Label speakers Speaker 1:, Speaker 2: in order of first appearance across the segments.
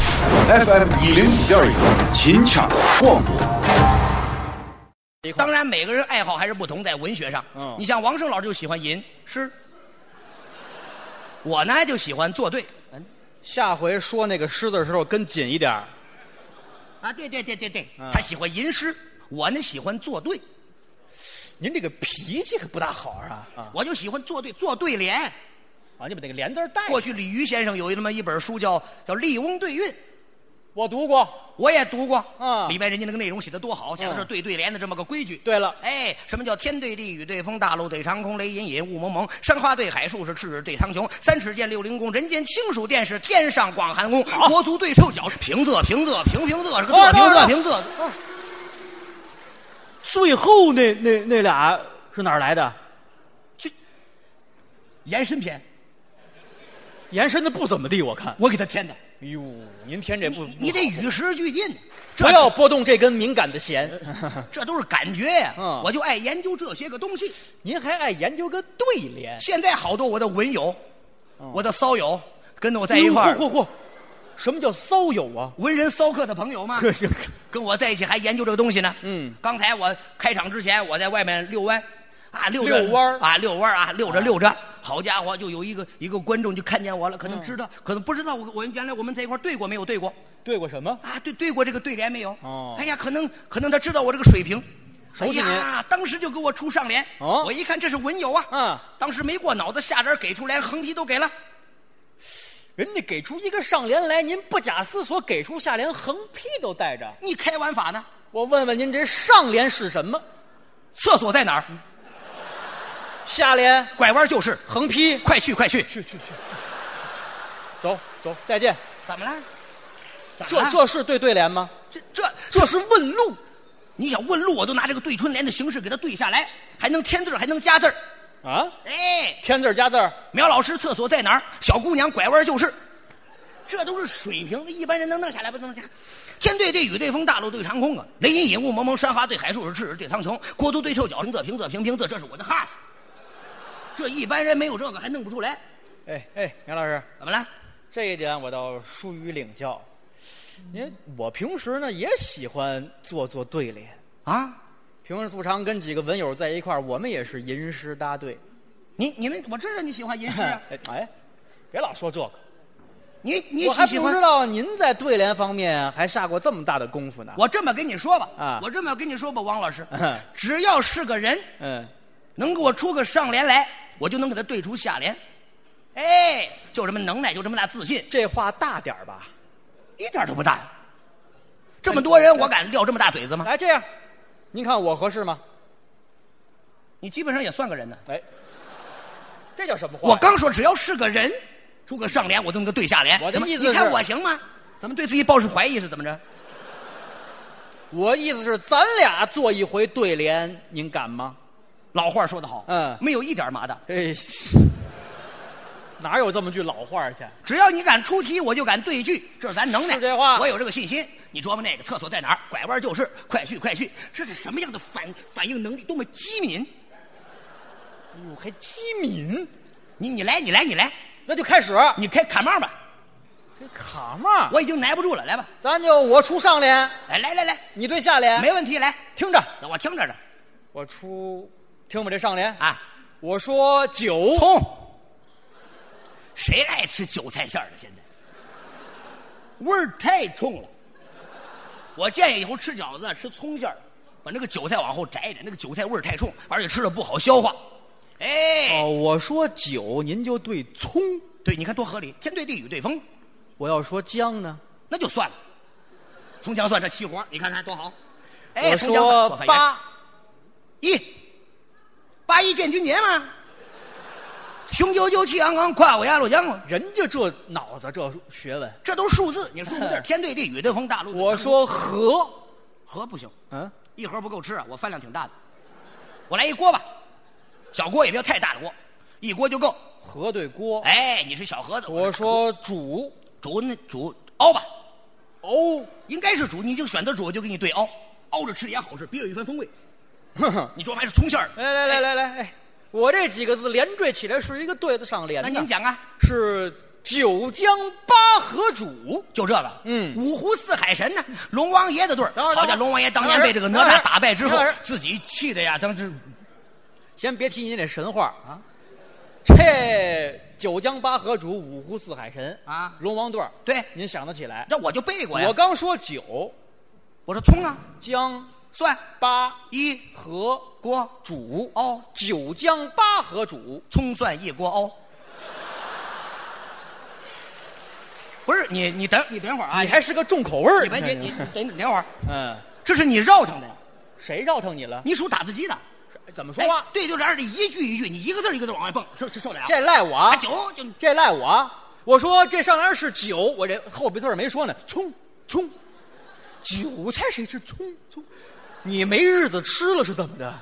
Speaker 1: FM 一零五点一，秦腔广播。
Speaker 2: 当然，每个人爱好还是不同，在文学上，
Speaker 3: 嗯
Speaker 2: 你像王胜老师就喜欢吟诗，我呢就喜欢作对
Speaker 3: 下回说那个狮子的时候跟紧一点儿
Speaker 2: 啊，对对对对对，
Speaker 3: 嗯
Speaker 2: 他喜欢吟诗，我呢喜欢作对，
Speaker 4: 您这个脾气可不大好啊！啊，
Speaker 2: 我就喜欢作对做对联。
Speaker 4: 啊你把那个“连”字儿带
Speaker 2: 过
Speaker 4: 过
Speaker 2: 去李渔先生有那么一本书叫叫《笠翁对韵》，
Speaker 4: 我读过。
Speaker 2: 我也读过，
Speaker 4: 啊
Speaker 2: 里边人家那个内容写的多好，写的是
Speaker 4: 嗯
Speaker 2: 对对联的这么个规矩。
Speaker 4: 对了
Speaker 2: 哎，什么叫天对地，雨对风，大陆对长空，雷隐隐，雾蒙蒙，山花对海，树是赤日对苍穹，三尺剑，六灵弓，人间清暑殿是天上广寒宫，国足对兽脚，平仄平仄平平仄，是个仄
Speaker 4: 哦
Speaker 2: 平
Speaker 4: 等会
Speaker 2: 仄
Speaker 4: 儿
Speaker 2: 平仄。
Speaker 4: 最后那那那俩是哪儿来的？
Speaker 2: 延伸篇，
Speaker 4: 延伸的不怎么地，我看。
Speaker 2: 我给他添的，
Speaker 4: 哎呦，您填这不
Speaker 2: 你你得与时俱进，这
Speaker 4: 不要拨动这根敏感的弦。
Speaker 2: 这都是感觉呀。
Speaker 4: 嗯
Speaker 2: 我就爱研究这些个东西。
Speaker 4: 您还爱研究个对联？
Speaker 2: 现在好多我的文友，
Speaker 4: 嗯
Speaker 2: 我的骚友，跟着我在一块儿
Speaker 4: 嚯，嚯嚯！什么叫骚友啊？
Speaker 2: 文人骚客的朋友 嘛。
Speaker 4: 这是
Speaker 2: 跟我在一起还研究这个东西呢。
Speaker 4: 嗯
Speaker 2: 刚才我开场之前，我在外面遛弯，啊，遛着
Speaker 4: 遛弯儿
Speaker 2: 啊，遛弯儿啊，遛着遛着，好家伙，就有一个一个观众就看见我了，
Speaker 4: 嗯
Speaker 2: 可能知道，可能不知道我我原来我们在一块儿对过没有对过
Speaker 4: 对过什么？
Speaker 2: 啊？对对过这个对联没有？
Speaker 4: 哦
Speaker 2: 哎呀，可能可能他知道我这个水平。
Speaker 4: 熟悉
Speaker 2: 哎
Speaker 4: 您
Speaker 2: 呀，当时就给我出上联，
Speaker 4: 哦
Speaker 2: 我一看这是文友啊，
Speaker 4: 嗯
Speaker 2: 当时没过脑子，下联给出连横批都给了，
Speaker 4: 人家给出一个上联来，您不假思索给出下联，横批都带着。
Speaker 2: 你开玩法呢？
Speaker 4: 我问问您，这上联是什么？
Speaker 2: 厕所在哪儿？
Speaker 4: 下联
Speaker 2: 拐弯就是，
Speaker 4: 横批
Speaker 2: 快去快去！
Speaker 4: 去去去，走走，啊再见。
Speaker 2: 怎么了？怎么
Speaker 4: 这
Speaker 2: 了
Speaker 4: 这是对对联吗？
Speaker 2: 这这
Speaker 4: 这是问路。
Speaker 2: 你想问路，我都拿这个对春联的形式给它对下来，还能添字儿还能加字儿。
Speaker 4: 啊，
Speaker 2: 哎，
Speaker 4: 添字儿加字儿
Speaker 2: 苗老师厕所在哪儿？小姑娘拐弯就是，这都是水平，一般人能弄下来不能弄下来。天对地，雨对风，大陆对长空啊！雷隐隐，雾蒙蒙，山花对海树，是赤日对苍穹，国足对兽脚，平仄平仄平平仄，这是我的哈士。这一般人没有这个还弄不出来，
Speaker 4: 哎哎，杨老师，
Speaker 2: 怎么了？
Speaker 4: 这一点我倒疏于领教。您我平时呢也喜欢做做对联，
Speaker 2: 啊？
Speaker 4: 平时素常跟几个文友在一块儿，我们也是吟诗搭对。
Speaker 2: 你你们我知道你喜欢吟诗 啊，
Speaker 4: 哎哎，别老说这个，
Speaker 2: 你你
Speaker 4: 我还
Speaker 2: 喜喜
Speaker 4: 不
Speaker 2: 欢
Speaker 4: 知道您在对联方面还下过这么大的功夫呢。
Speaker 2: 我这么跟你说吧，
Speaker 4: 啊
Speaker 2: 我这么跟你说吧，王老师
Speaker 4: 嗯，
Speaker 2: 只要是个人，
Speaker 4: 嗯，
Speaker 2: 能给我出个上联来，我就能给他对出下联。哎，就这么能耐，就这么大自信，
Speaker 4: 这话大点儿吧。
Speaker 2: 一点都不大。这么多人，我敢撂这么大嘴子吗？
Speaker 4: 来，这样，您看我合适吗？
Speaker 2: 你基本上也算个人 呢。
Speaker 4: 哎，这叫什么话呀？
Speaker 2: 我刚说只要是个人，出个上联，我就能给他对下联。
Speaker 4: 我的
Speaker 2: 怎么
Speaker 4: 意思
Speaker 2: 你看
Speaker 4: 是
Speaker 2: 我行吗？怎么对自己抱是怀疑是怎么着？
Speaker 4: 我意思是，咱俩做一回对联，您敢吗？
Speaker 2: 老话说得好，
Speaker 4: 嗯
Speaker 2: 没有一点麻的。
Speaker 4: 哎， 哪有这么句老话去？
Speaker 2: 只要你敢出题，我就敢对句，这是咱能耐。
Speaker 4: 是这话
Speaker 2: 我有这个信心。你琢磨那个厕所在哪儿？拐弯就是，快去快去！这是什么样的反反应能力？多么机敏！
Speaker 4: 哟，还机敏？
Speaker 2: 你你来你来你来，
Speaker 4: 那就开始。
Speaker 2: 你开砍帽吧，
Speaker 4: 这卡嘛，
Speaker 2: 我已经耐不住了，来吧，
Speaker 4: 咱就我出上联，
Speaker 2: 来来来来，
Speaker 4: 你对下联。
Speaker 2: 没问题，来，
Speaker 4: 听着，
Speaker 2: 那我听着呢
Speaker 4: 我出，听我这上联。
Speaker 2: 啊。
Speaker 4: 我说九，
Speaker 2: 葱，谁爱吃韭菜馅儿的？现在味儿太冲了。我建议以后吃饺子吃葱馅儿，把那个韭菜往后摘一点，那个韭菜味儿太冲，而且吃了不好消化。哎，
Speaker 4: 哦，我说九，您就对葱。
Speaker 2: 对，你看多合理，天对地，雨对风，
Speaker 4: 我要说姜呢，
Speaker 2: 那就算了。葱姜蒜这齐活，你看看多好。哎，
Speaker 4: 我
Speaker 2: 葱姜蒜
Speaker 4: 说
Speaker 2: 做饭员
Speaker 4: 八，
Speaker 2: 一，八一建军节嘛，雄赳赳气昂昂，跨过鸭绿江嘛，
Speaker 4: 人家这脑子这学问。
Speaker 2: 这都是数字，你数 字天对地，雨对风，大陆对
Speaker 4: 我说和，
Speaker 2: 河不行，
Speaker 4: 嗯，
Speaker 2: 一盒不够吃啊，我饭量挺大的，我来一锅吧，小锅也不要太大的锅，一锅就够。
Speaker 4: 和对锅。
Speaker 2: 哎，你是小盒子，
Speaker 4: 我
Speaker 2: 是
Speaker 4: 说煮
Speaker 2: 煮那煮熬吧，
Speaker 4: 哦，
Speaker 2: 应该是煮，你就选择煮，就给你对熬，熬着吃也好吃，别有一番风味。
Speaker 4: 哼哼
Speaker 2: 你琢磨还是葱馅儿，
Speaker 4: 哦来来
Speaker 2: 哎
Speaker 4: 哎来来来，哎，我这几个字连缀起来是一个对子上联
Speaker 2: 那
Speaker 4: 的。
Speaker 2: 您讲啊，
Speaker 4: 是九江八河主，
Speaker 2: 就这个，
Speaker 4: 嗯
Speaker 2: 五湖四海神呢，龙王爷的队儿
Speaker 4: 等会儿
Speaker 2: 好家伙，
Speaker 4: 等会儿
Speaker 2: 龙王爷当年被这个哪
Speaker 4: 等会
Speaker 2: 吒
Speaker 4: 儿
Speaker 2: 打败之后
Speaker 4: 等会儿，
Speaker 2: 自己气的呀，当时
Speaker 4: 先别提您这神话啊，这九江八河主，五湖四海神
Speaker 2: 啊
Speaker 4: 龙王对儿，
Speaker 2: 对
Speaker 4: 您想得起来？
Speaker 2: 那我就背过呀
Speaker 4: 我，刚说九
Speaker 2: 我说葱啊，
Speaker 4: 江
Speaker 2: 蒜
Speaker 4: 八
Speaker 2: 一
Speaker 4: 河
Speaker 2: 锅
Speaker 4: 主，
Speaker 2: 熬，
Speaker 4: 九江八河主，
Speaker 2: 葱蒜一锅熬。不是你，你等你等会儿啊，
Speaker 4: 你还是个重口味儿。
Speaker 2: 你文杰，
Speaker 4: 看
Speaker 2: 你等等等会儿，
Speaker 4: 嗯，
Speaker 2: 这是你绕腾的呀，
Speaker 4: 谁绕腾你了？
Speaker 2: 你属打字机的。
Speaker 4: 怎么说话？
Speaker 2: 哎对，就这样，你一句一句，你一个字儿一个字儿往外蹦，受受受得了？
Speaker 4: 这赖我啊
Speaker 2: 啊，九就
Speaker 4: 这赖我啊！我说这上联是九，我这后鼻字儿没说呢。葱葱，韭菜谁吃葱葱？你没日子吃了是怎么的？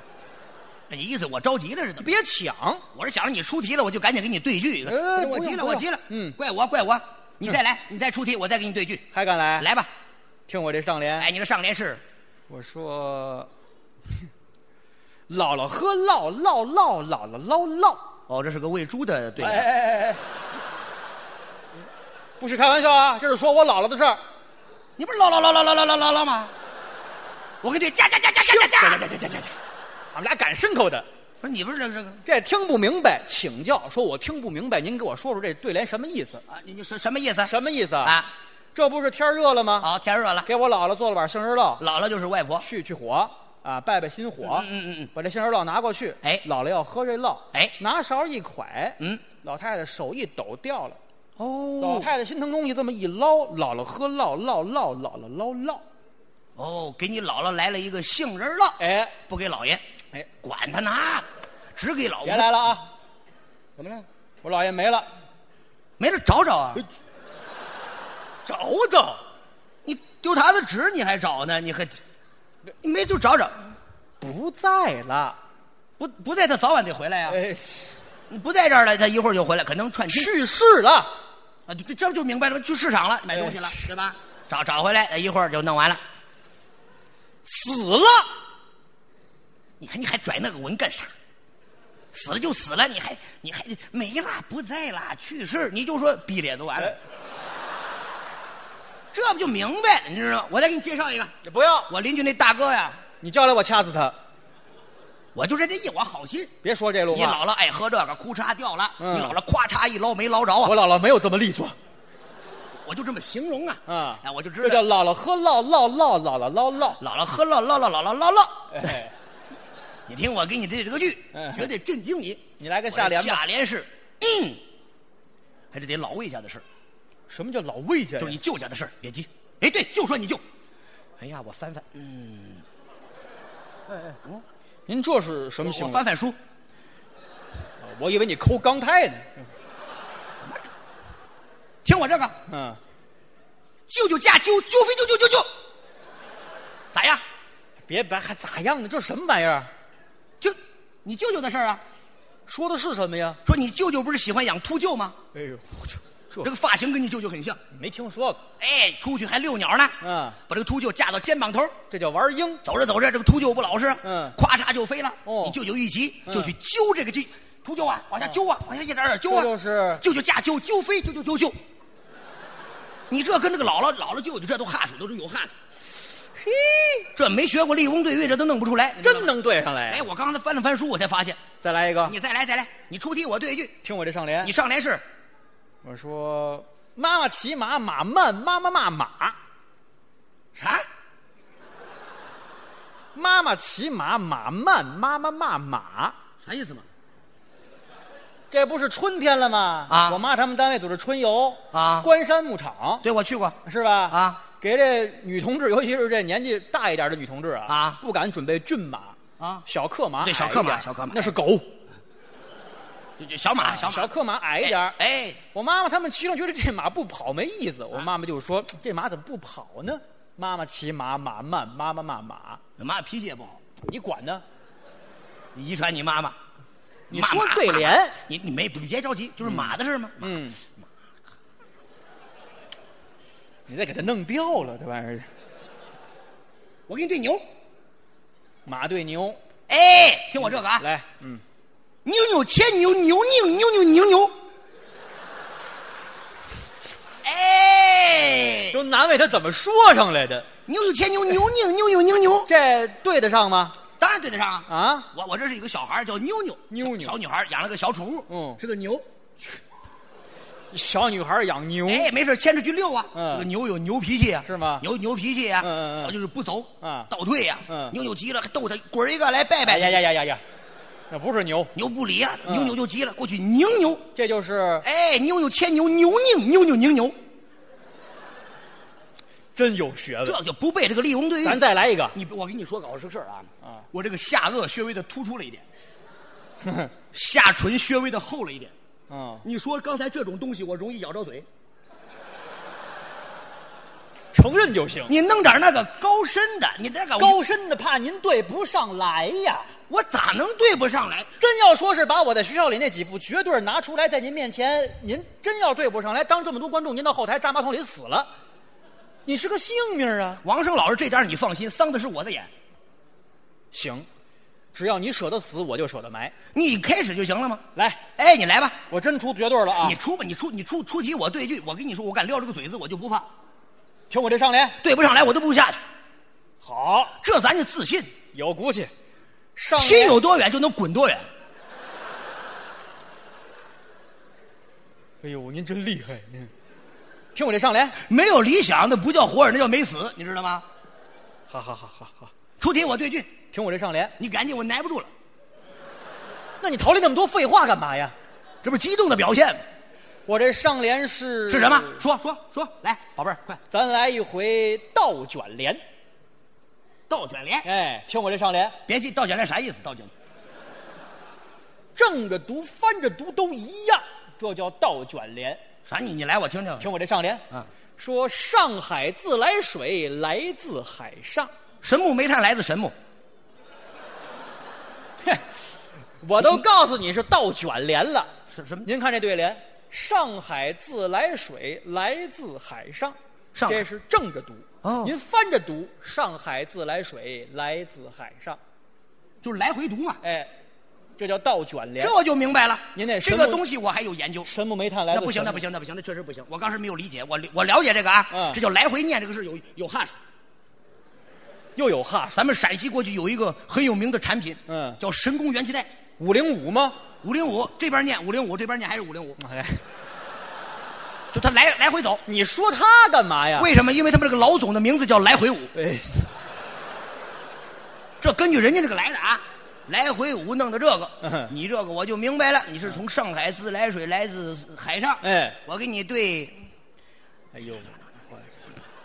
Speaker 2: 你哎意思我着急了是怎么着？
Speaker 4: 别抢！
Speaker 2: 我是想着你出题了，我就赶紧给你对句。
Speaker 4: 呃
Speaker 2: 我
Speaker 4: 不用
Speaker 2: 急了，
Speaker 4: 不
Speaker 2: 我
Speaker 4: 用
Speaker 2: 急了，
Speaker 4: 嗯
Speaker 2: 怪我，怪我，你再来，你再出题，我再给你对句，
Speaker 4: 还敢来？，
Speaker 2: 来吧。
Speaker 4: 听我这上联。
Speaker 2: 哎，你这上联是
Speaker 4: 我说，姥姥喝酪，酪酪姥姥唠酪。
Speaker 2: 哦，这是个喂猪的对
Speaker 4: 哎哎哎哎哎！不许开玩笑啊！这是说我姥姥的事儿。
Speaker 2: 你不是唠唠唠唠唠唠唠唠唠吗？我给你加加加加加加加加加加加。
Speaker 4: 俺们俩赶牲口的，
Speaker 2: 不是你不是这个这个
Speaker 4: 这听不明白，请教。说我听不明白，您给我说说这对联什么意思？
Speaker 2: 啊？你你说什么意思？
Speaker 4: 什么意思
Speaker 2: 啊？
Speaker 4: 这不是天热了吗？
Speaker 2: 好，天热了，
Speaker 4: 给我姥姥做了碗杏仁酪，
Speaker 2: 姥姥就是外婆。
Speaker 4: 去去火啊，拜拜心火。
Speaker 2: 嗯嗯嗯嗯
Speaker 4: 把这杏仁酪拿过去。
Speaker 2: 哎
Speaker 4: 姥姥要喝这酪。
Speaker 2: 哎
Speaker 4: 拿勺一蒯。
Speaker 2: 嗯，
Speaker 4: 老太太手一抖掉了。老
Speaker 2: 哦
Speaker 4: 太太心疼东西，这么一捞，姥姥喝酪，酪酪姥姥捞酪。
Speaker 2: 哦，给你姥姥来了一个杏仁酪，
Speaker 4: 哎
Speaker 2: 不给姥爷，
Speaker 4: 哎，
Speaker 2: 管他呢，只给老
Speaker 4: 别
Speaker 2: 爷。
Speaker 4: 来了啊！
Speaker 2: 怎么了？
Speaker 4: 我姥爷没了，
Speaker 2: 没事找找
Speaker 4: 哎
Speaker 2: 啊！
Speaker 4: 找找。
Speaker 2: 你丢他的纸你还找呢？你
Speaker 4: 哎
Speaker 2: 还你没就找找，
Speaker 4: 不在了。
Speaker 2: 不不在他早晚得回来呀、
Speaker 4: 哎，
Speaker 2: 你不在这儿了，他一会儿就回来，可能串亲
Speaker 4: 去世了。
Speaker 2: 啊，这这就明白了，去市场了买东西了
Speaker 4: 哎，
Speaker 2: 对吧？找找回来，一会儿就弄完了。
Speaker 4: 死了，
Speaker 2: 你看你还拽那个文干啥？死了就死了，你还你还没啦，不在啦，去世，你就说逼脸就完了。这不就明白了？你知道吗？我再给你介绍一个，
Speaker 4: 不要
Speaker 2: 我邻居那大哥呀，
Speaker 4: 你叫来我掐死他！
Speaker 2: 我就这这一我好心，
Speaker 4: 别说这路
Speaker 2: 你
Speaker 4: 话，
Speaker 2: 姥姥爱喝这个，裤衩掉了，
Speaker 4: 嗯
Speaker 2: 你姥姥咵嚓一捞没捞着啊，
Speaker 4: 我
Speaker 2: 我
Speaker 4: 姥姥没有这么利索
Speaker 2: 就这么形容啊，
Speaker 4: 啊！
Speaker 2: 哎，我就知
Speaker 4: 这
Speaker 2: 道
Speaker 4: 叫姥姥喝酪，酪酪姥姥捞酪。
Speaker 2: 姥姥喝了唠唠唠唠唠唠，
Speaker 4: 哎，
Speaker 2: 你听我给你这这个剧
Speaker 4: 嗯，
Speaker 2: 绝对震惊你。
Speaker 4: 你来个下联
Speaker 2: 我的
Speaker 4: 吧。
Speaker 2: 下联是，嗯，还是得老魏家的事儿，
Speaker 4: 什么叫老魏家呀？
Speaker 2: 就是你舅家的事儿，别急。哎，对，就说你舅。哎呀，我翻翻，嗯
Speaker 4: 您这是什么行
Speaker 2: 我
Speaker 4: 为？
Speaker 2: 翻翻书，
Speaker 4: 我以为你抠钢泰呢。
Speaker 2: 听我这个，
Speaker 4: 嗯，
Speaker 2: 舅舅驾鸠，鸠飞啾啾啾啾，咋样？
Speaker 4: 别白还咋样呢？这什么玩意儿？
Speaker 2: 就你舅舅的事儿啊，
Speaker 4: 说的是什么呀？
Speaker 2: 说你舅舅不是喜欢养秃鹫吗？
Speaker 4: 哎呦，我去，这
Speaker 2: 这个发型跟你舅舅很像。
Speaker 4: 没听说过。
Speaker 2: 哎，出去还遛鸟呢。
Speaker 4: 嗯
Speaker 2: 把这个秃鹫架到肩膀头，
Speaker 4: 这叫玩鹰。
Speaker 2: 走着走着，这个秃鹫不老实，
Speaker 4: 嗯
Speaker 2: 咵嚓就飞了。
Speaker 4: 哦
Speaker 2: 你舅舅一急
Speaker 4: 嗯
Speaker 2: 就去揪这个鸡，秃鹫啊，往下揪啊，往下一点点揪啊。
Speaker 4: 这就是
Speaker 2: 舅舅架揪，揪飞，揪揪揪揪。你这跟这个姥姥姥姥舅舅这都哈数，都是有哈数。
Speaker 4: 嘿，
Speaker 2: 这没学过立功对韵，这都弄不出来，你知道吗
Speaker 4: 真。能对上来。
Speaker 2: 哎，我刚才翻了翻书，我才发现。
Speaker 4: 再来一个，
Speaker 2: 你再来，再来，你出题我对一句。
Speaker 4: 听我这上联
Speaker 2: 你。上联是
Speaker 4: 我说，妈妈骑马，马慢；妈妈骂马，
Speaker 2: 啥？
Speaker 4: 妈妈骑马，马慢；妈妈骂马。
Speaker 2: 啥意思嘛？
Speaker 4: 这不是春天了吗？
Speaker 2: 啊
Speaker 4: 我妈他们单位组织春游
Speaker 2: 啊
Speaker 4: 关山牧场，
Speaker 2: 对，我去过。
Speaker 4: 是吧？
Speaker 2: 啊，
Speaker 4: 给这女同志，尤其是这年纪大一点的女同志啊，
Speaker 2: 啊
Speaker 4: 不敢准备骏马
Speaker 2: 啊
Speaker 4: 小克马，
Speaker 2: 对小克马小克马
Speaker 4: 那是狗，
Speaker 2: 就就小马，小马，
Speaker 4: 啊小克马矮一点。
Speaker 2: 哎，啊哎
Speaker 4: 我妈妈他们骑上觉得这马不跑没意思，我妈妈就说这马怎么不跑呢？妈妈骑马马慢，妈妈骂马，
Speaker 2: 你妈脾气也不好，
Speaker 4: 你管呢？
Speaker 2: 你遗传你妈妈。
Speaker 4: 你
Speaker 2: 骂
Speaker 4: 说
Speaker 2: 马
Speaker 4: 对
Speaker 2: 骂
Speaker 4: 联
Speaker 2: 马你你没别着急，就是马的事嘛。
Speaker 4: 嗯，你再给它弄掉了，这玩意儿。
Speaker 2: 我给你对牛，
Speaker 4: 马对牛，
Speaker 2: 哎，听我这个啊，
Speaker 4: 来，嗯，
Speaker 2: 扭扭牵牛，牛拧牛扭牛牛，哎，
Speaker 4: 都难为他怎么说上来的，
Speaker 2: 牛有千牛，牛拧牛有牛牛，
Speaker 4: 这对得上吗？
Speaker 2: 当然对得上啊！
Speaker 4: 啊，
Speaker 2: 我我这是一个小孩儿叫妞妞，
Speaker 4: 妞妞
Speaker 2: 小小女孩儿养了个小宠物，
Speaker 4: 嗯
Speaker 2: 是个牛，
Speaker 4: 小女孩养牛，
Speaker 2: 哎，没事牵着去遛啊。
Speaker 4: 嗯
Speaker 2: 这个牛有牛脾气啊，
Speaker 4: 是吗
Speaker 2: 牛牛脾气啊，
Speaker 4: 嗯嗯嗯
Speaker 2: 它就是不走，
Speaker 4: 嗯
Speaker 2: 倒退呀、
Speaker 4: 嗯
Speaker 2: 牛牛急了，还逗它滚儿一个来拜拜
Speaker 4: 哎呀呀呀呀呀，那不是牛，
Speaker 2: 牛不理啊，
Speaker 4: 嗯
Speaker 2: 牛牛就急了，过去拧牛，
Speaker 4: 这就是
Speaker 2: 哎，牛牛牵牛，牛拧牛牛拧牛，
Speaker 4: 真有学问。
Speaker 2: 这就不背这个《笠翁对玉
Speaker 4: 咱》。再来一个，
Speaker 2: 你我跟你说个好事事儿啊，
Speaker 4: 啊
Speaker 2: 我这个下颚稍微的突出了一点，下唇稍微的厚了一点。
Speaker 4: 嗯，
Speaker 2: 你说刚才这种东西我容易咬着嘴，
Speaker 4: 承认就行。
Speaker 2: 你弄点那个高深的，你那个
Speaker 4: 高深的怕您对不上来呀。
Speaker 2: 我咋能对不上来？
Speaker 4: 真要说是把我在学校里那几副绝对拿出来，在您面前，您真要对不上来，当这么多观众，您到后台扎马桶里死了，你是个幸命啊！
Speaker 2: 王生老师这点你放心，桑子是我的眼，
Speaker 4: 行，只要你舍得死，我就舍得埋。
Speaker 2: 你开始就行了吗？
Speaker 4: 来，
Speaker 2: 哎，你来吧，
Speaker 4: 我真出绝对了啊
Speaker 2: 你！出吧，你出你出出题我对句，我跟你说，我敢撂这个嘴子，我就不怕，
Speaker 4: 听我这上联，
Speaker 2: 对不上来我都不下去，
Speaker 4: 好，
Speaker 2: 这咱就自信，
Speaker 4: 有骨气。上
Speaker 2: 心
Speaker 4: 联
Speaker 2: 有，多远就能滚多远。
Speaker 4: 哎呦，您真厉害！嗯听我这上联，
Speaker 2: 没有理想那不叫活着，那叫没死，你知道吗？
Speaker 4: 好好好好好，
Speaker 2: 出题我对句，
Speaker 4: 听我这上联。
Speaker 2: 你赶紧，我耐不住了，
Speaker 4: 那你逃离那么多废话干嘛呀？
Speaker 2: 这不是激动的表现吗？
Speaker 4: 我这上联是
Speaker 2: 是什么？说说说，来，宝贝儿，快
Speaker 4: 咱来一回倒卷帘。
Speaker 2: 倒卷帘，
Speaker 4: 哎，听我这上联，
Speaker 2: 别记倒卷帘啥意思？倒卷帘
Speaker 4: 正着读、翻着读都一样，这叫倒卷帘。
Speaker 2: 啥？你你来我听听。
Speaker 4: 听我这上联，
Speaker 2: 啊，
Speaker 4: 说上海自来水来自海上，
Speaker 2: 神木煤炭来自神木，
Speaker 4: 我都告诉你是倒卷帘了。
Speaker 2: 什什么
Speaker 4: 您看这对联，上海自来水来自海上，
Speaker 2: 上海
Speaker 4: 这是正着读。
Speaker 2: 哦
Speaker 4: 您翻着读，上海自来水来自海上，
Speaker 2: 就是来回读嘛。
Speaker 4: 哎，这叫倒卷帘。
Speaker 2: 这我就明白了。
Speaker 4: 您那
Speaker 2: 这
Speaker 4: 神
Speaker 2: 个
Speaker 4: 木
Speaker 2: 东西我还有研究。
Speaker 4: 神木煤炭来
Speaker 2: 那
Speaker 4: 自
Speaker 2: 不行，
Speaker 4: 神
Speaker 2: 那
Speaker 4: 木
Speaker 2: 不行，那不行，那确实不行。我刚时没有理解，我我了解这个啊，
Speaker 4: 嗯
Speaker 2: 这叫来回念这个事有有哈数。
Speaker 4: 又有哈数，
Speaker 2: 咱们陕西过去有一个很有名的产品，
Speaker 4: 嗯
Speaker 2: 叫神功元气袋，
Speaker 4: 五零五吗？
Speaker 2: 五零五这边念五零五，这边念还是五零五，
Speaker 4: 哎，
Speaker 2: 就他来来回走。
Speaker 4: 你说他干嘛呀？
Speaker 2: 为什么？因为他们这个老总的名字叫来回五，
Speaker 4: 哎，
Speaker 2: 这根据人家这个来的啊。来回五弄的这个
Speaker 4: 嗯，
Speaker 2: 你这个我就明白了，你是从上海自来水来自海上。
Speaker 4: 哎
Speaker 2: 我给你对，
Speaker 4: 哎呦，我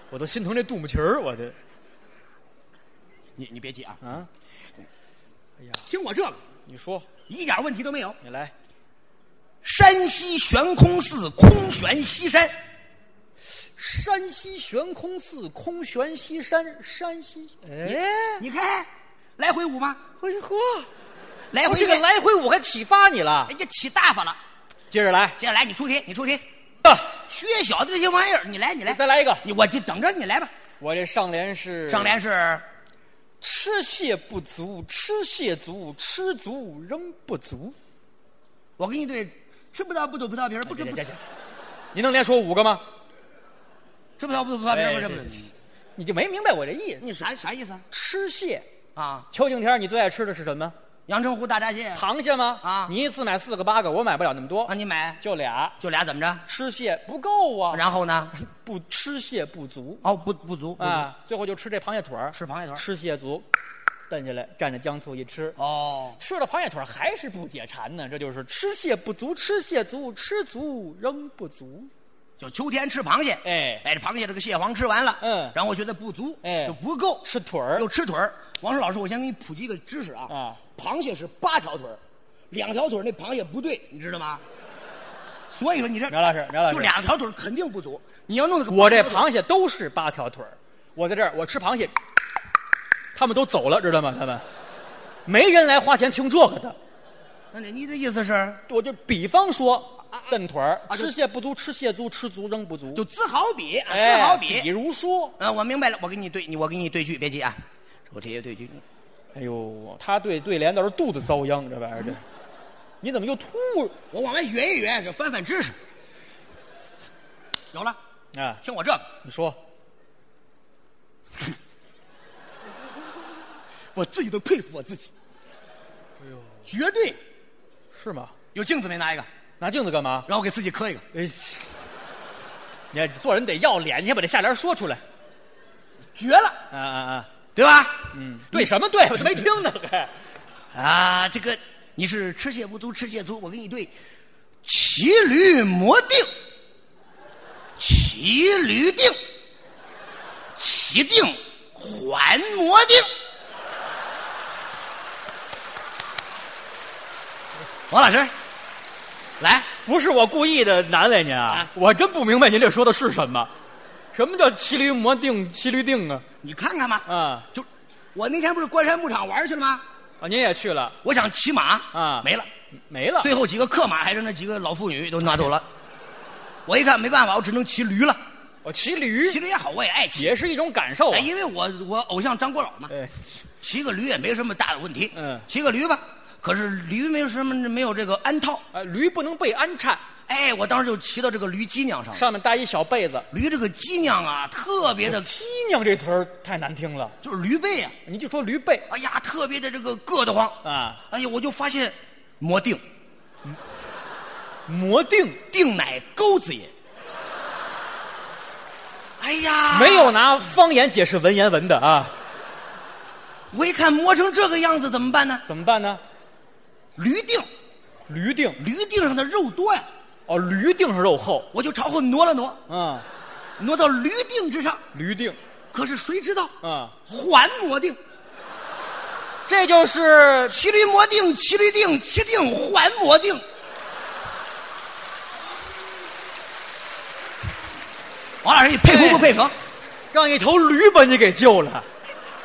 Speaker 4: 我都心疼这杜母琴儿，我这
Speaker 2: 你你别急啊，
Speaker 4: 啊，
Speaker 2: 听我这个，
Speaker 4: 你说，
Speaker 2: 一点问题都没有。
Speaker 4: 你来，
Speaker 2: 山西悬空寺空悬西山，
Speaker 4: 山西悬空寺空悬西山，山西，哎，
Speaker 2: 你看来回舞吗？
Speaker 4: 哎呦呵，
Speaker 2: 来
Speaker 4: 哎我
Speaker 2: 回
Speaker 4: 哦这个
Speaker 2: 念，
Speaker 4: 来回我还启发你了，
Speaker 2: 人家起大发了。
Speaker 4: 接着来，
Speaker 2: 接下来你出题，你出题，
Speaker 4: 啊，
Speaker 2: 学小的这些玩意儿，你来，你来，
Speaker 4: 再来一个，
Speaker 2: 哎你我就等着你来吧。
Speaker 4: 我这上联是
Speaker 2: 上联是
Speaker 4: 吃蟹不足，吃蟹足，吃足仍不足，
Speaker 2: 我给你对，吃不到不吐葡萄皮儿，不吃不
Speaker 4: 这这这，您能连说五个吗？
Speaker 2: 吃不到不吐葡萄皮儿，不
Speaker 4: 哎
Speaker 2: 吃
Speaker 4: 这
Speaker 2: 不
Speaker 4: 这
Speaker 2: 吐。
Speaker 4: 你就没明白我这意思。
Speaker 2: 你啥啥意思啊？
Speaker 4: 吃蟹，
Speaker 2: 啊，
Speaker 4: 邱景天，你最爱吃的是什么？
Speaker 2: 阳澄湖大闸蟹
Speaker 4: 螃蟹吗？
Speaker 2: 啊
Speaker 4: 你一次买四个八个，我买不了那么多，
Speaker 2: 啊，你买
Speaker 4: 就俩。
Speaker 2: 就俩怎么着？
Speaker 4: 吃蟹不够啊，
Speaker 2: 然后呢？
Speaker 4: 不吃蟹不足
Speaker 2: 哦，不不足，不足，
Speaker 4: 啊，最后就吃这螃蟹腿儿，
Speaker 2: 吃螃蟹腿儿
Speaker 4: 吃蟹足，蹬下来蘸着姜醋一吃。
Speaker 2: 哦，
Speaker 4: 吃了螃蟹腿儿还是不解馋呢，这就是吃蟹不足，吃蟹足，吃足仍不足。
Speaker 2: 就秋天吃螃蟹，
Speaker 4: 哎
Speaker 2: 哎，这螃蟹这个蟹黄吃完了，
Speaker 4: 嗯
Speaker 2: 然后觉得不足，
Speaker 4: 哎
Speaker 2: 就不够，
Speaker 4: 吃腿儿
Speaker 2: 又吃腿儿。王石老师，我先给你普及一个知识啊，
Speaker 4: 啊
Speaker 2: 螃蟹是八条腿儿，两条腿儿那螃蟹不对，你知道吗？所以说你这
Speaker 4: 苗老师苗老师
Speaker 2: 就两条腿儿肯定不足，你要弄那个
Speaker 4: 我这
Speaker 2: 蟹
Speaker 4: 螃蟹都是八条腿儿，我在这儿我吃螃蟹，他们都走了，知道吗？他们没人来花钱听这个的。，
Speaker 2: 那你你的意思是
Speaker 4: 我就比方说，蹬腿儿，
Speaker 2: 啊就
Speaker 4: 吃蟹不足，吃蟹足，吃足仍不足。
Speaker 2: 就自好比，啊
Speaker 4: 哎
Speaker 2: 自好
Speaker 4: 比
Speaker 2: 比。
Speaker 4: 如说，
Speaker 2: 嗯，我明白了，我给你对，你我给你对句，别急啊，我直接对句。
Speaker 4: 哎呦，他对对联倒是肚子遭殃，这玩意儿这，你怎么又吐？
Speaker 2: 我往外圆一圆，这翻翻知识。有了，
Speaker 4: 啊，
Speaker 2: 听我这个，
Speaker 4: 你说，
Speaker 2: 我自己都佩服我自己。哎呦，绝对
Speaker 4: 是吗？
Speaker 2: 有镜子没拿一个，
Speaker 4: 拿镜子干嘛？
Speaker 2: 然后给自己磕一个，
Speaker 4: 哎，你看做人得要脸，你先把这下联说出来。
Speaker 2: 绝了，
Speaker 4: 啊啊啊！
Speaker 2: 对吧？
Speaker 4: 嗯，对什 么对？我都没听呢。还
Speaker 2: 啊，这个你是吃蟹不足，吃蟹足，我给你对，骑驴磨腚，骑驴腚，骑腚还磨腚。王老师，来，
Speaker 4: 不是我故意的难为您啊
Speaker 2: 啊，
Speaker 4: 我真不明白您这说的是什么。什么叫骑驴磨腚？骑驴腚啊？
Speaker 2: 你看看吧。
Speaker 4: 啊
Speaker 2: 就我那天不是关山牧场玩去了吗？
Speaker 4: 啊，您也去了
Speaker 2: 我想骑马
Speaker 4: 啊
Speaker 2: 没了。
Speaker 4: 没了？
Speaker 2: 最后几个客马还是那几个老妇女都拿走了。我一看没办法，我只能骑驴了。
Speaker 4: 我哦 骑驴
Speaker 2: 骑驴也好，我也爱骑。
Speaker 4: 也是一种感受啊
Speaker 2: 哎，。因为我我偶像张国老嘛，
Speaker 4: 哎，
Speaker 2: 骑个驴也没什么大的问题。
Speaker 4: 嗯
Speaker 2: 骑个驴吧，可是驴没有什么没有这个鞍套。
Speaker 4: 啊，驴不能被鞍颤，
Speaker 2: 哎，我当时就骑到这个驴脊梁上了。
Speaker 4: 上面搭一小被子。
Speaker 2: 驴这个脊梁啊，特别的，
Speaker 4: 鸡娘这词儿太难听了，
Speaker 2: 就是驴背啊，
Speaker 4: 你就说驴背
Speaker 2: 哎呀，特别的这个硌得慌。
Speaker 4: 啊，
Speaker 2: 哎呀，我就发现磨腚，
Speaker 4: 磨腚
Speaker 2: 腚乃钩子也。哎呀，
Speaker 4: 没有拿方言解释文言文的啊，
Speaker 2: 我一看磨成这个样子怎么办呢？
Speaker 4: 怎么办呢？
Speaker 2: 驴腚，
Speaker 4: 驴腚
Speaker 2: 驴腚上的肉多呀，
Speaker 4: 哦，驴腚是肉厚
Speaker 2: 我就朝后挪了挪，
Speaker 4: 啊，
Speaker 2: 挪到驴腚之上。
Speaker 4: 驴腚
Speaker 2: 可是谁知道，
Speaker 4: 啊，
Speaker 2: 还磨腚，
Speaker 4: 这就是
Speaker 2: 骑驴磨腚，骑驴腚，骑腚还磨腚。王老师，你佩服不佩服？
Speaker 4: 让一头驴把你给救了，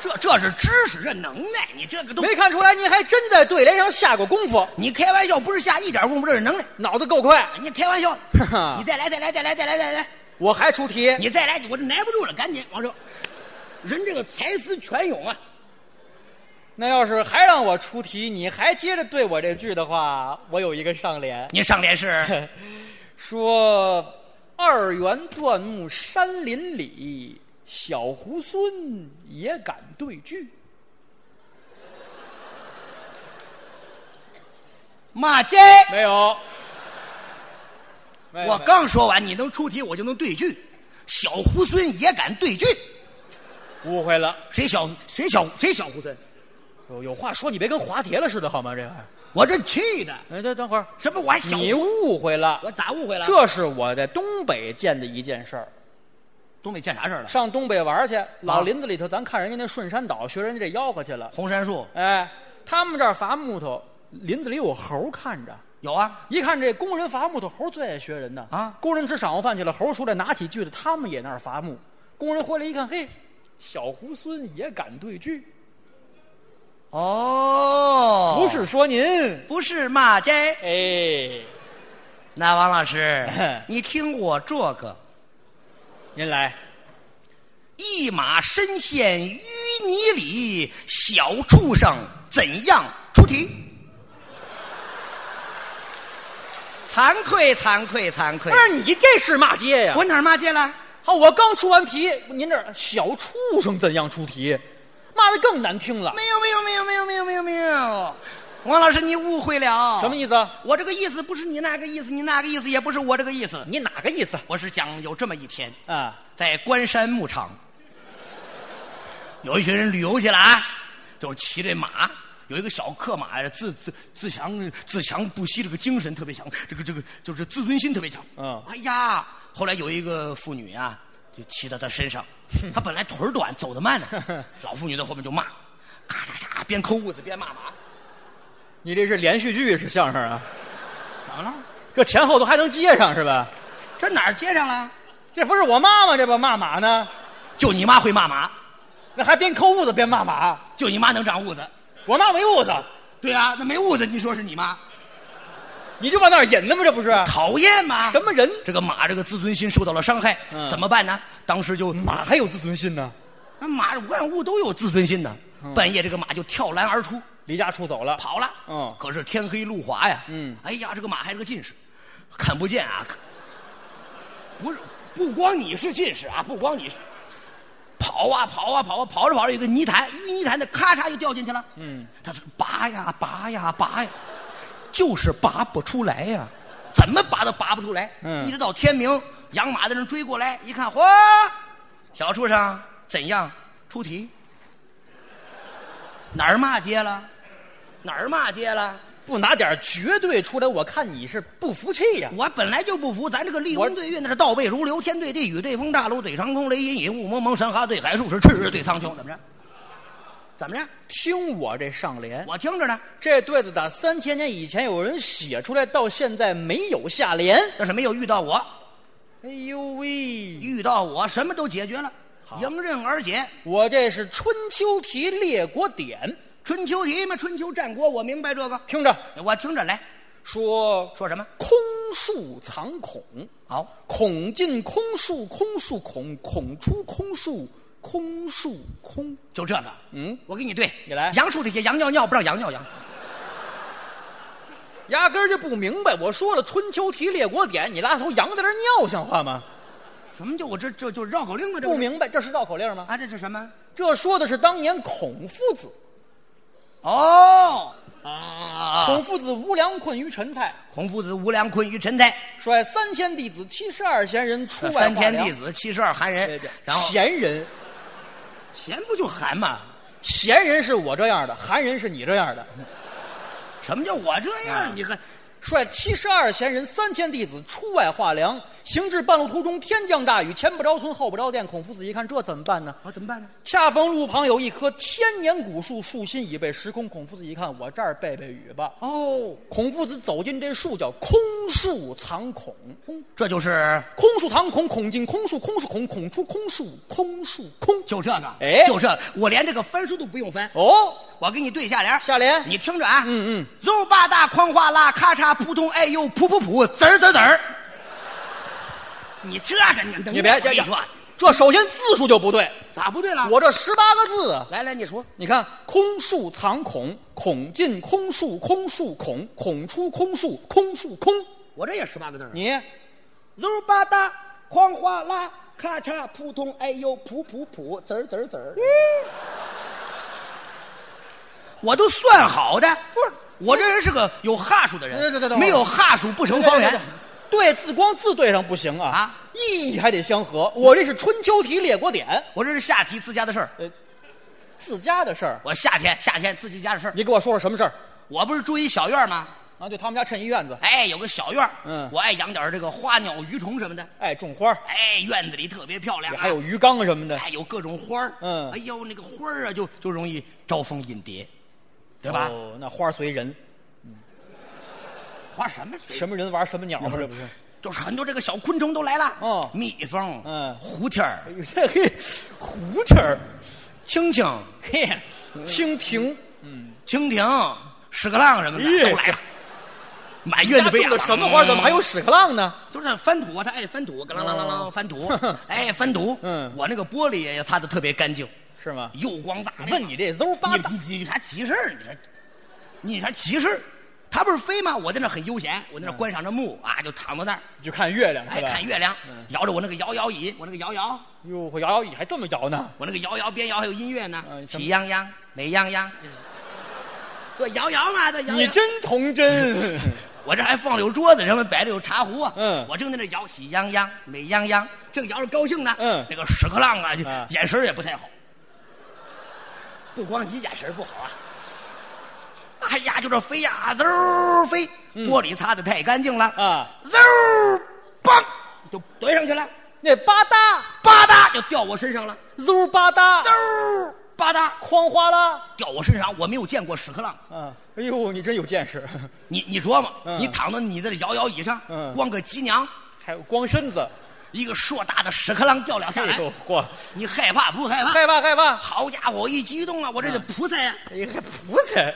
Speaker 2: 这这是知识，这能耐，你这个都
Speaker 4: 没看出来您还真在对联上下过功夫，
Speaker 2: 你开玩笑不是下一点功夫，这是能耐。
Speaker 4: 脑子够快。
Speaker 2: 你开玩 笑
Speaker 4: 哈哈，
Speaker 2: 你再来，再来，再来，再来，再来，
Speaker 4: 我还出题，
Speaker 2: 你再来，我这耐不住了，赶紧往这。人这个才思泉涌啊，
Speaker 4: 那要是还让我出题，你还接着对我这句的话，我有一个上联。
Speaker 2: 您上联是
Speaker 4: 说二元断木山林里，小猢狲也敢对句。
Speaker 2: 骂街。
Speaker 4: 没有，
Speaker 2: 我
Speaker 4: 刚
Speaker 2: 刚说完，你能出题，我就能对句。小猢狲也敢对句，
Speaker 4: 误会了，
Speaker 2: 谁小谁小谁小猢狲？
Speaker 4: 有有话说，你别跟滑铁了似的好吗？这玩意儿，
Speaker 2: 我这气的，
Speaker 4: 哎，等等会儿，
Speaker 2: 什么我还小？
Speaker 4: 你误会了，
Speaker 2: 我咋误会了？
Speaker 4: 这是我在东北见的一件事儿。
Speaker 2: 东北见啥事儿了？
Speaker 4: 上东北玩
Speaker 2: 啊
Speaker 4: 去，老林子里头，咱看人家那顺山倒，学人家这吆喝去了。
Speaker 2: 红杉树
Speaker 4: 哎，他们这儿伐木头，林子里有猴看着。
Speaker 2: 有啊，
Speaker 4: 一看这工人伐木头，猴最爱学人呐！
Speaker 2: 啊
Speaker 4: 工人吃晌午饭去了，猴出来拿起锯子，他们也那儿伐木。工人回来一看，嘿，小猢狲也敢对锯，
Speaker 2: 哦
Speaker 4: 不是说您，
Speaker 2: 不是骂街。
Speaker 4: 哎，
Speaker 2: 那王老 师，你听我这个，
Speaker 4: 您来，
Speaker 2: 一马深陷淤泥里，小畜生怎样出题？惭愧，惭愧，惭愧
Speaker 4: 不！是你这是骂街呀！
Speaker 2: 我哪儿骂街了？
Speaker 4: 好，我刚出完题，您这儿小畜生怎样出题，骂的更难听了，
Speaker 2: 没有，没有，没有，没有，没有，没有，没有。王老师，你误会了。
Speaker 4: 什么意
Speaker 2: 思？
Speaker 4: 思？
Speaker 2: 我这个意思不是你那个意思，你那个意思也不是我这个意思。
Speaker 4: 你哪个意思
Speaker 2: 我是讲有这么一天，
Speaker 4: 啊？
Speaker 2: 在关山牧场，有一群人旅游去了啊，就是骑这马，有一个小客马呀，自自自强自强不息，这个精神特别强，这个这个就是自尊心特别强。
Speaker 4: 嗯
Speaker 2: 哎呀，后来有一个妇女啊，就骑到他身上，他本来腿儿短，走得慢呢，老妇女在后面就骂，咔嚓嚓，边抠痦子边骂马，
Speaker 4: 你这是连续剧是相声啊？
Speaker 2: 怎么了？
Speaker 4: 这前后都还能接上是吧？
Speaker 2: 这哪儿接上了？
Speaker 4: 这不是我妈妈这不骂马呢？
Speaker 2: 就你妈会骂马，
Speaker 4: 那还边抠痦子边骂马。
Speaker 2: 就你妈能长痦子。
Speaker 4: 我妈没痦子，
Speaker 2: 对啊，那没痦子，你说是你妈？
Speaker 4: 你就往那儿引呢吗？这不是
Speaker 2: 讨厌吗？
Speaker 4: 啊什么人？
Speaker 2: 这个马这个自尊心受到了伤害，
Speaker 4: 嗯
Speaker 2: 怎么办呢？当时就
Speaker 4: 马还有自尊心呢？
Speaker 2: 马万物都有自尊心呢。
Speaker 4: 嗯
Speaker 2: 半夜这个马就跳栏而出，
Speaker 4: 离家出走了，
Speaker 2: 跑了。
Speaker 4: 嗯
Speaker 2: 可是天黑路滑呀。
Speaker 4: 嗯
Speaker 2: 哎呀，这个马还是个近视，看不见啊。可不是，不光你是近视啊，不光你是，跑啊跑啊跑啊，跑着跑着有个泥潭，淤泥潭的咔嚓就掉进去了。嗯，他说拔呀拔呀拔呀，就是拔不出来呀、怎么拔都拔不出来。
Speaker 4: 嗯
Speaker 2: 一直到天明，养马的人追过来一看，嚯，小畜生怎样出题？哪儿骂街了？哪儿骂街了？
Speaker 4: 不拿点绝对出来，我看你是不服气呀、
Speaker 2: 我本来就不服，咱这个立功对韵那是倒背如流，天对地，雨对风，大陆对长空，雷隐隐，雾蒙蒙，山哈对海树，是赤日对苍穹，怎么着？怎么着？
Speaker 4: 听我这上联，
Speaker 2: 我听着呢，
Speaker 4: 这对子打三千年以前有人写出来，到现在没有下联。
Speaker 2: 要是没有遇到我，
Speaker 4: 哎呦喂，
Speaker 2: 遇到我什么都解决了，迎刃而解。
Speaker 4: 我这是春秋题列国典，
Speaker 2: 春秋题嘛，春秋战国，我明白这个，
Speaker 4: 听着
Speaker 2: 我听着来
Speaker 4: 说
Speaker 2: 说什么？
Speaker 4: 空树藏孔，
Speaker 2: 好、
Speaker 4: 孔进空树，空树孔，孔出空树，空树空。
Speaker 2: 就这个，
Speaker 4: 嗯，
Speaker 2: 我给你对，
Speaker 4: 你来
Speaker 2: 杨树底下羊尿尿，不让羊尿羊。
Speaker 4: 压根儿就不明白。我说了，春秋题列国典，你拉头羊在这儿尿，像话吗？
Speaker 2: 什么就我这这就绕口令啊吗？这
Speaker 4: 不
Speaker 2: 是
Speaker 4: 明白，这是绕口令吗？
Speaker 2: 啊，这是什么？
Speaker 4: 这说的是当年孔夫子，
Speaker 2: 哦啊，
Speaker 4: 孔夫子无良困于陈蔡，
Speaker 2: 孔夫子无良困于陈蔡。
Speaker 4: 率三千弟子七十二贤人出外
Speaker 2: 呃三千
Speaker 4: 化粮
Speaker 2: 弟，子七十二寒人，
Speaker 4: 对对，
Speaker 2: 然后
Speaker 4: 贤人，
Speaker 2: 闲不就寒吗？
Speaker 4: 贤人是我这样的，寒人是你这样的。
Speaker 2: 嗯
Speaker 4: 啊
Speaker 2: 什么叫我这样？你看，
Speaker 4: 率七十二贤人三千弟子出外化粮，行至半路途中，天降大雨，前不着村后不着店。孔夫子一看，这怎么办呢？
Speaker 2: 我怎么办呢？
Speaker 4: 恰逢路旁有一棵千年古树，树心已被时空。孔夫子一看，我这儿背背雨吧。
Speaker 2: 哦，
Speaker 4: 孔夫子走进这树，叫空树藏孔。空
Speaker 2: 这就是
Speaker 4: 空树藏孔，孔进空树，空树孔，孔出空树，空树空。
Speaker 2: 就这个，
Speaker 4: 哎
Speaker 2: 就这个，我连这个翻书都不用翻，
Speaker 4: 哦，
Speaker 2: 我给你对下联，
Speaker 4: 下联
Speaker 2: 你听着啊，
Speaker 4: 嗯嗯，
Speaker 2: 肉吧大哐哗啦，咔嚓扑通，哎呦噗噗噗，滋儿滋儿滋儿。你这个你能
Speaker 4: 你别
Speaker 2: 我跟
Speaker 4: 这
Speaker 2: 你说啊
Speaker 4: 这首先字数就不对，
Speaker 2: 咋不对了？
Speaker 4: 我这十八个字啊。
Speaker 2: 来来，你说
Speaker 4: 你看，空树藏孔，孔进空树，空树孔，孔出空树，空树空。
Speaker 2: 我这也十八个字儿啊。
Speaker 4: 你
Speaker 2: 揉吧嗒，哐哗啦，咔嚓扑通，哎呦，噗噗噗，滋儿滋儿滋儿。
Speaker 4: 嗯
Speaker 2: 我都算好的，不是我这人是个有哈数的人，
Speaker 4: 对对对对
Speaker 2: 没有哈数不成方圆。
Speaker 4: 对字光字对上不行啊
Speaker 2: 啊
Speaker 4: 意义还得相合。我这是春秋题列国典，呃
Speaker 2: 我这是下题自家的事儿，
Speaker 4: 自家的事儿。
Speaker 2: 我夏天夏天自己家的事儿。
Speaker 4: 你给我说说什么事儿
Speaker 2: 我不是住一小院儿吗？
Speaker 4: 啊？就他们家衬衣院子，
Speaker 2: 哎，有个小院儿
Speaker 4: 嗯
Speaker 2: 我爱养点儿这个花鸟鱼虫什么的。
Speaker 4: 哎，种花儿，
Speaker 2: 哎，院子里特别漂亮、啊，
Speaker 4: 还有鱼缸什么的，
Speaker 2: 哎，有各种花儿，
Speaker 4: 嗯
Speaker 2: 哎呦，那个花儿啊，就就容易招蜂引蝶，对吧？
Speaker 4: 哦，那花儿随人，
Speaker 2: 花什么水
Speaker 4: 什么人玩什么鸟嘛，这不是？
Speaker 2: 就是很多这个小昆虫都来了，
Speaker 4: 哦
Speaker 2: 蜜蜂，
Speaker 4: 嗯
Speaker 2: 蝴蝶儿
Speaker 4: 哎，呦，这 嘿，胡天儿，
Speaker 2: 蜻蜓，嘿，
Speaker 4: 蜻蜓，
Speaker 2: 蜻蜓，屎壳郎什么的
Speaker 4: 咦
Speaker 2: 都来了，满院子飞
Speaker 4: 种
Speaker 2: 啊
Speaker 4: 的什么花儿？怎么还？
Speaker 2: 嗯
Speaker 4: 有屎壳郎呢？
Speaker 2: 就是翻土啊，他爱翻土，咯啷啷啷啷翻 土，哎，翻土。
Speaker 4: 嗯
Speaker 2: 我那个玻璃也擦的特别干净，
Speaker 4: 是吗？
Speaker 2: 又光大亮。
Speaker 4: 问你这邹八大
Speaker 2: 啊哎你你你啥急事儿？你这，你啥急事儿？它不是飞吗？我在那儿很悠闲，我在那儿观赏着木啊，就躺到那儿，
Speaker 4: 就看月亮
Speaker 2: 哎，
Speaker 4: 是吧？
Speaker 2: 看月亮，
Speaker 4: 嗯
Speaker 2: 摇着我那个摇摇椅，我那个摇摇，
Speaker 4: 哟，我摇摇椅还这么摇呢？
Speaker 2: 我那个摇摇边摇还有音乐呢
Speaker 4: 嗯，什么嗯
Speaker 2: 喜洋洋，美洋洋， 这摇摇嘛，这摇
Speaker 4: 你
Speaker 2: 摇。
Speaker 4: 真童真，
Speaker 2: 我这还放了有桌子，上面摆着有茶壶啊。
Speaker 4: 嗯
Speaker 2: 我正在那摇喜洋洋，美洋洋，正摇着高兴呢。
Speaker 4: 嗯
Speaker 2: 那个屎壳郎啊，就
Speaker 4: 啊
Speaker 2: 眼神儿也不太好。不光你眼神儿不好啊，哎呀，就这飞呀，嗖儿飞，玻璃擦的太干净了
Speaker 4: 嗯啊，
Speaker 2: 嗖儿，梆就怼上去了，
Speaker 4: 那吧嗒
Speaker 2: 吧嗒就掉我身上了，
Speaker 4: 邹吧
Speaker 2: 嗖
Speaker 4: 嗒，
Speaker 2: 儿吧嗒。
Speaker 4: 哐哗啦，
Speaker 2: 掉我身上，我没有见过屎壳郎。
Speaker 4: 啊，哎呦，你真有见识，
Speaker 2: 你你琢磨，
Speaker 4: 嗯
Speaker 2: 你躺到你的摇摇椅上，
Speaker 4: 嗯
Speaker 2: 光个脊梁，
Speaker 4: 还有光身子，
Speaker 2: 一个硕大的屎壳郎掉两下
Speaker 4: 哎
Speaker 2: 来，
Speaker 4: 呦嚯，
Speaker 2: 你害怕不害怕？
Speaker 4: 害怕害怕，
Speaker 2: 好家伙，我一激动啊，我这得扑塞呀、
Speaker 4: 哎还不菜，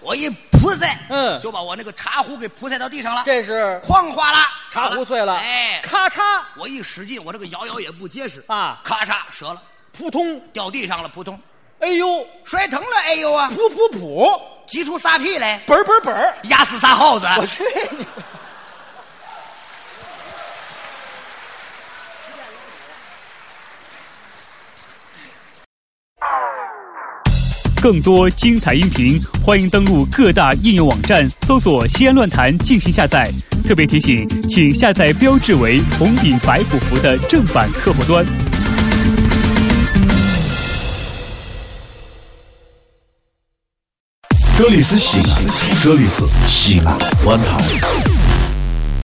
Speaker 2: 我一扑塞，
Speaker 4: 嗯
Speaker 2: 就把我那个茶壶给扑塞到地上了，
Speaker 4: 这是
Speaker 2: 哐哗啦，
Speaker 4: 茶壶碎了，
Speaker 2: 哎，
Speaker 4: 咔嚓，
Speaker 2: 我一使劲，我这个摇摇也不结实
Speaker 4: 啊
Speaker 2: 咔嚓折了，
Speaker 4: 扑通，
Speaker 2: 掉地上了，扑通，
Speaker 4: 哎呦，
Speaker 2: 摔疼了，哎呦啊，
Speaker 4: 噗噗噗，
Speaker 2: 急出仨屁来，
Speaker 4: 本儿本儿本儿，
Speaker 2: 压死仨耗子，啊
Speaker 4: 我去你！
Speaker 5: 更多精彩音频，欢迎登录各大应用网站搜索“西安论坛”进行下载。特别提醒，请下载标志为红顶白虎符的正版客户端。
Speaker 1: 这里是西安，这里是西安论坛。